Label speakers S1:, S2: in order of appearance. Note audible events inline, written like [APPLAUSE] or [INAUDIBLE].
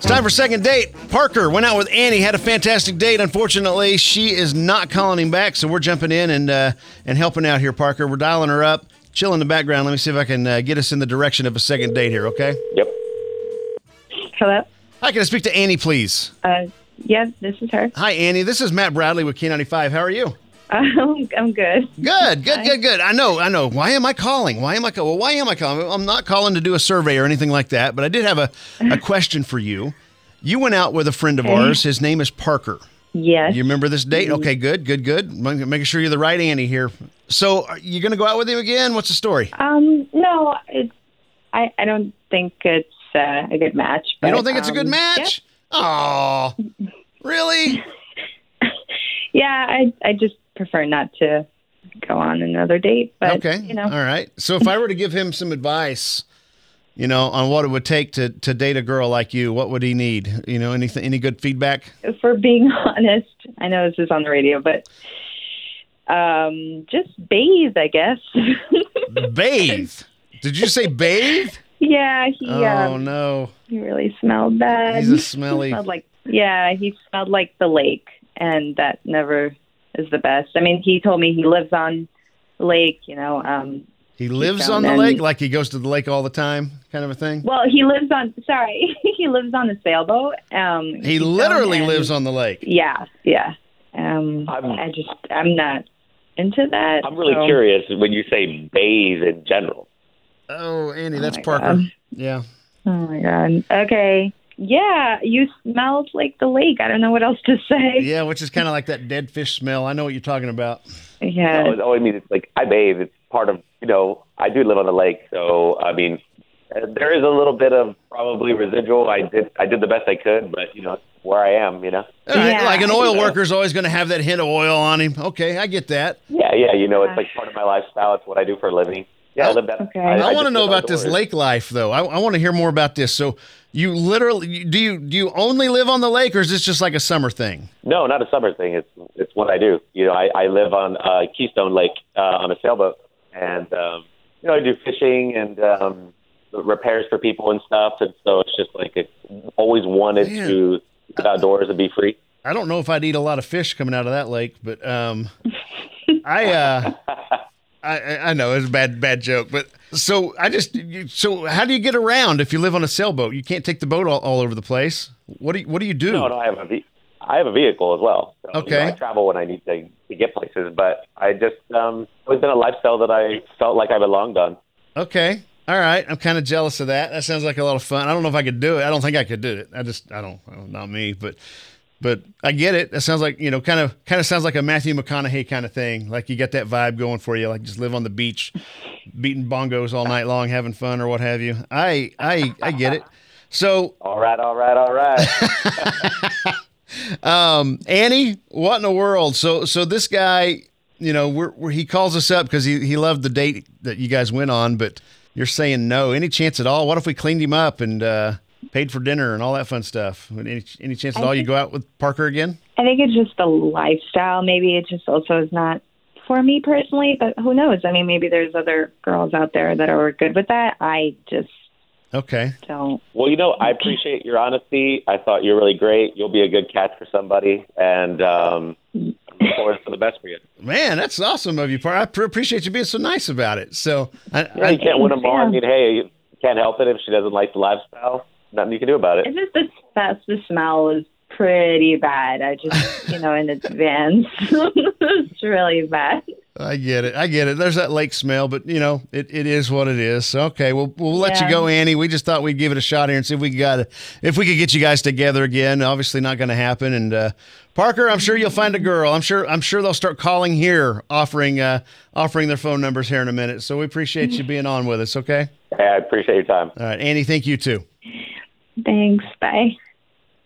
S1: Time for second date. Parker went out with Annie, had a fantastic date. Unfortunately, she is not calling him back, so we're jumping in and uh, and helping out here, Parker. We're dialing her up. Chill in the background. Let me see if I can uh, get us in the direction of a second date here, okay?
S2: Yep.
S3: Hello.
S1: Hi, can I speak to Annie, please?
S3: Uh, yeah, this is her. [LAUGHS]
S1: Hi, Annie. This is Matt Bradley with K95. How are you?
S3: Um, I'm good.
S1: Good, good, good, good. I know, I know. Why am I calling? Why am I calling? Well, why am I calling? I'm not calling to do a survey or anything like that, but I did have a, a question for you. You went out with a friend of ours. His name is Parker.
S3: Yes.
S1: You remember this date?
S3: Mm-hmm.
S1: Okay, good, good, good. M- Making sure you're the right Annie here. So, are you going to go out with him again? What's the story?
S3: Um, no, it's I. I don't think it's uh, a good match. But,
S1: You don't think it's a
S3: um,
S1: good match? Oh, really?
S3: Yeah, yeah I. I just prefer not to go on another date. [LAUGHS] But
S1: okay.
S3: you know,
S1: All right. So, if I were to give him some advice, you know, on what it would take to, to date a girl like you, what would he need? You know, anything, any good feedback?
S3: for being [LAUGHS] honest, I know this is on the radio, but um, just bathe, I guess. [LAUGHS]
S1: bathe. Did you say bathe?
S3: [LAUGHS] yeah, he.
S1: Oh,
S3: um,
S1: no.
S3: He really smelled bad.
S1: He's a smelly-
S3: [LAUGHS] He smelled like yeah, he smelled like the lake, and that never is the best. I mean, he told me he lives on the lake. You know, um,
S1: He lives
S3: found
S1: on the
S3: an-
S1: lake, like he goes to the lake all the time, kind of a thing.
S3: well, he lives on. Sorry, [LAUGHS] he lives on a sailboat. Um,
S1: He literally lives on the lake.
S3: Yeah, yeah. Um,
S2: I'm-
S3: I just I'm not into that.
S2: I'm really
S3: so-
S2: curious when you say bathe in general.
S1: Oh, Andy,
S3: Oh
S1: that's
S3: my
S1: Parker.
S3: God.
S1: Yeah.
S3: Oh my god. Okay. Yeah, you smelled like the lake. I don't know what else to say.
S1: Yeah, which is kind of like that dead fish smell. I know what you're talking about.
S3: Yeah.
S2: No, it's always means it's like I bathe. It's part of you know I do live on the lake, so I mean uh, there is a little bit of probably residual. I did I did the best I could, but you know it's where I am, you know.
S1: All right,
S3: Yeah.
S1: like an oil worker's always going to have that hint of oil on him. Okay, I get that.
S2: Yeah, yeah, you know it's like part of my lifestyle. It's what I do for a living. Yeah, I live that.
S3: Oh, Okay.
S1: I, want
S3: I
S1: to
S2: just
S1: know
S2: live
S1: about this
S2: outdoors.
S1: lake life, though. I, I want to hear more about this. So, you literally you- do you do you only live on the lake, or is this just like a summer thing?
S2: No, not a summer thing. It's it's what I do. You know, I, I live on uh, Keystone Lake uh, on a sailboat, and um, you know I do fishing and um, repairs for people and stuff. And so it's just like I always wanted
S1: Man.
S2: to get outdoors and be free.
S1: I don't know if I'd eat a lot of fish coming out of that lake, but um, I, uh,
S2: [LAUGHS]
S1: I- I I know it's a bad bad joke, but so I just you, so how do you get around if you live on a sailboat? You can't take the boat all, all over the place. What do you, what do you do?
S2: No, no, I have a ve- I have a vehicle as well. So, you
S1: Oh, Okay.
S2: know, I travel when I need to, to get places, but I just um, always been a lifestyle that I felt like I belonged on.
S1: Okay, all right. I'm kind of jealous of that. That sounds like a lot of fun. I don't know if I could do it. I don't think I could do it. I just I don't well, not me, but but I get it. That sounds like you know kind of kind of sounds like a Matthew McConaughey kind of thing. Like you got that vibe going for you. Like just live on the beach, beating bongos all night long, having fun or what have you. I I I get it. So
S2: All right, all right, all right.
S1: um, Annie, what in the world? So, so this guy, you know, we're, we're, he calls us up because he, he loved the date that you guys went on, but you're saying no. Any chance at all? What if we cleaned him up and uh, paid for dinner and all that fun stuff? Any, any chance at all you go out with Parker again?
S3: I think it's just the lifestyle. Maybe it just also is not for me personally, but who knows? I mean, maybe there's other girls out there that are good with that. I just
S1: Okay.
S3: don't.
S2: Well, you know, I appreciate your honesty. I thought you're really great. You'll be a good catch for somebody, and um, I'm looking forward to the best for you.
S1: Man, that's awesome of you, Parker. I pre- appreciate you being so nice about it. So, I,
S2: Yeah, you
S1: I,
S2: can't win them all. I
S3: Yeah.
S2: mean, hey, you can't help it if she doesn't like the lifestyle. Nothing you can do about it.
S3: It's just the smell. The smell is pretty bad. I just, you [LAUGHS] know, in advance, it's really bad.
S1: I get it. I get it. There's that lake smell, but you know, it, it is what it is. So, okay, well, we'll let you
S3: Yeah.
S1: go, Annie. We just thought we'd give it a shot here and see if we got a, if we could get you guys together again. Obviously, not going to happen. And uh, Parker, I'm sure you'll find a girl. I'm sure. I'm sure they'll start calling here, offering uh, offering their phone numbers here in a minute. So we appreciate you being on with us. Okay.
S2: Hey, I appreciate your time.
S1: All right, Annie. Thank you too.
S3: Thanks. Bye.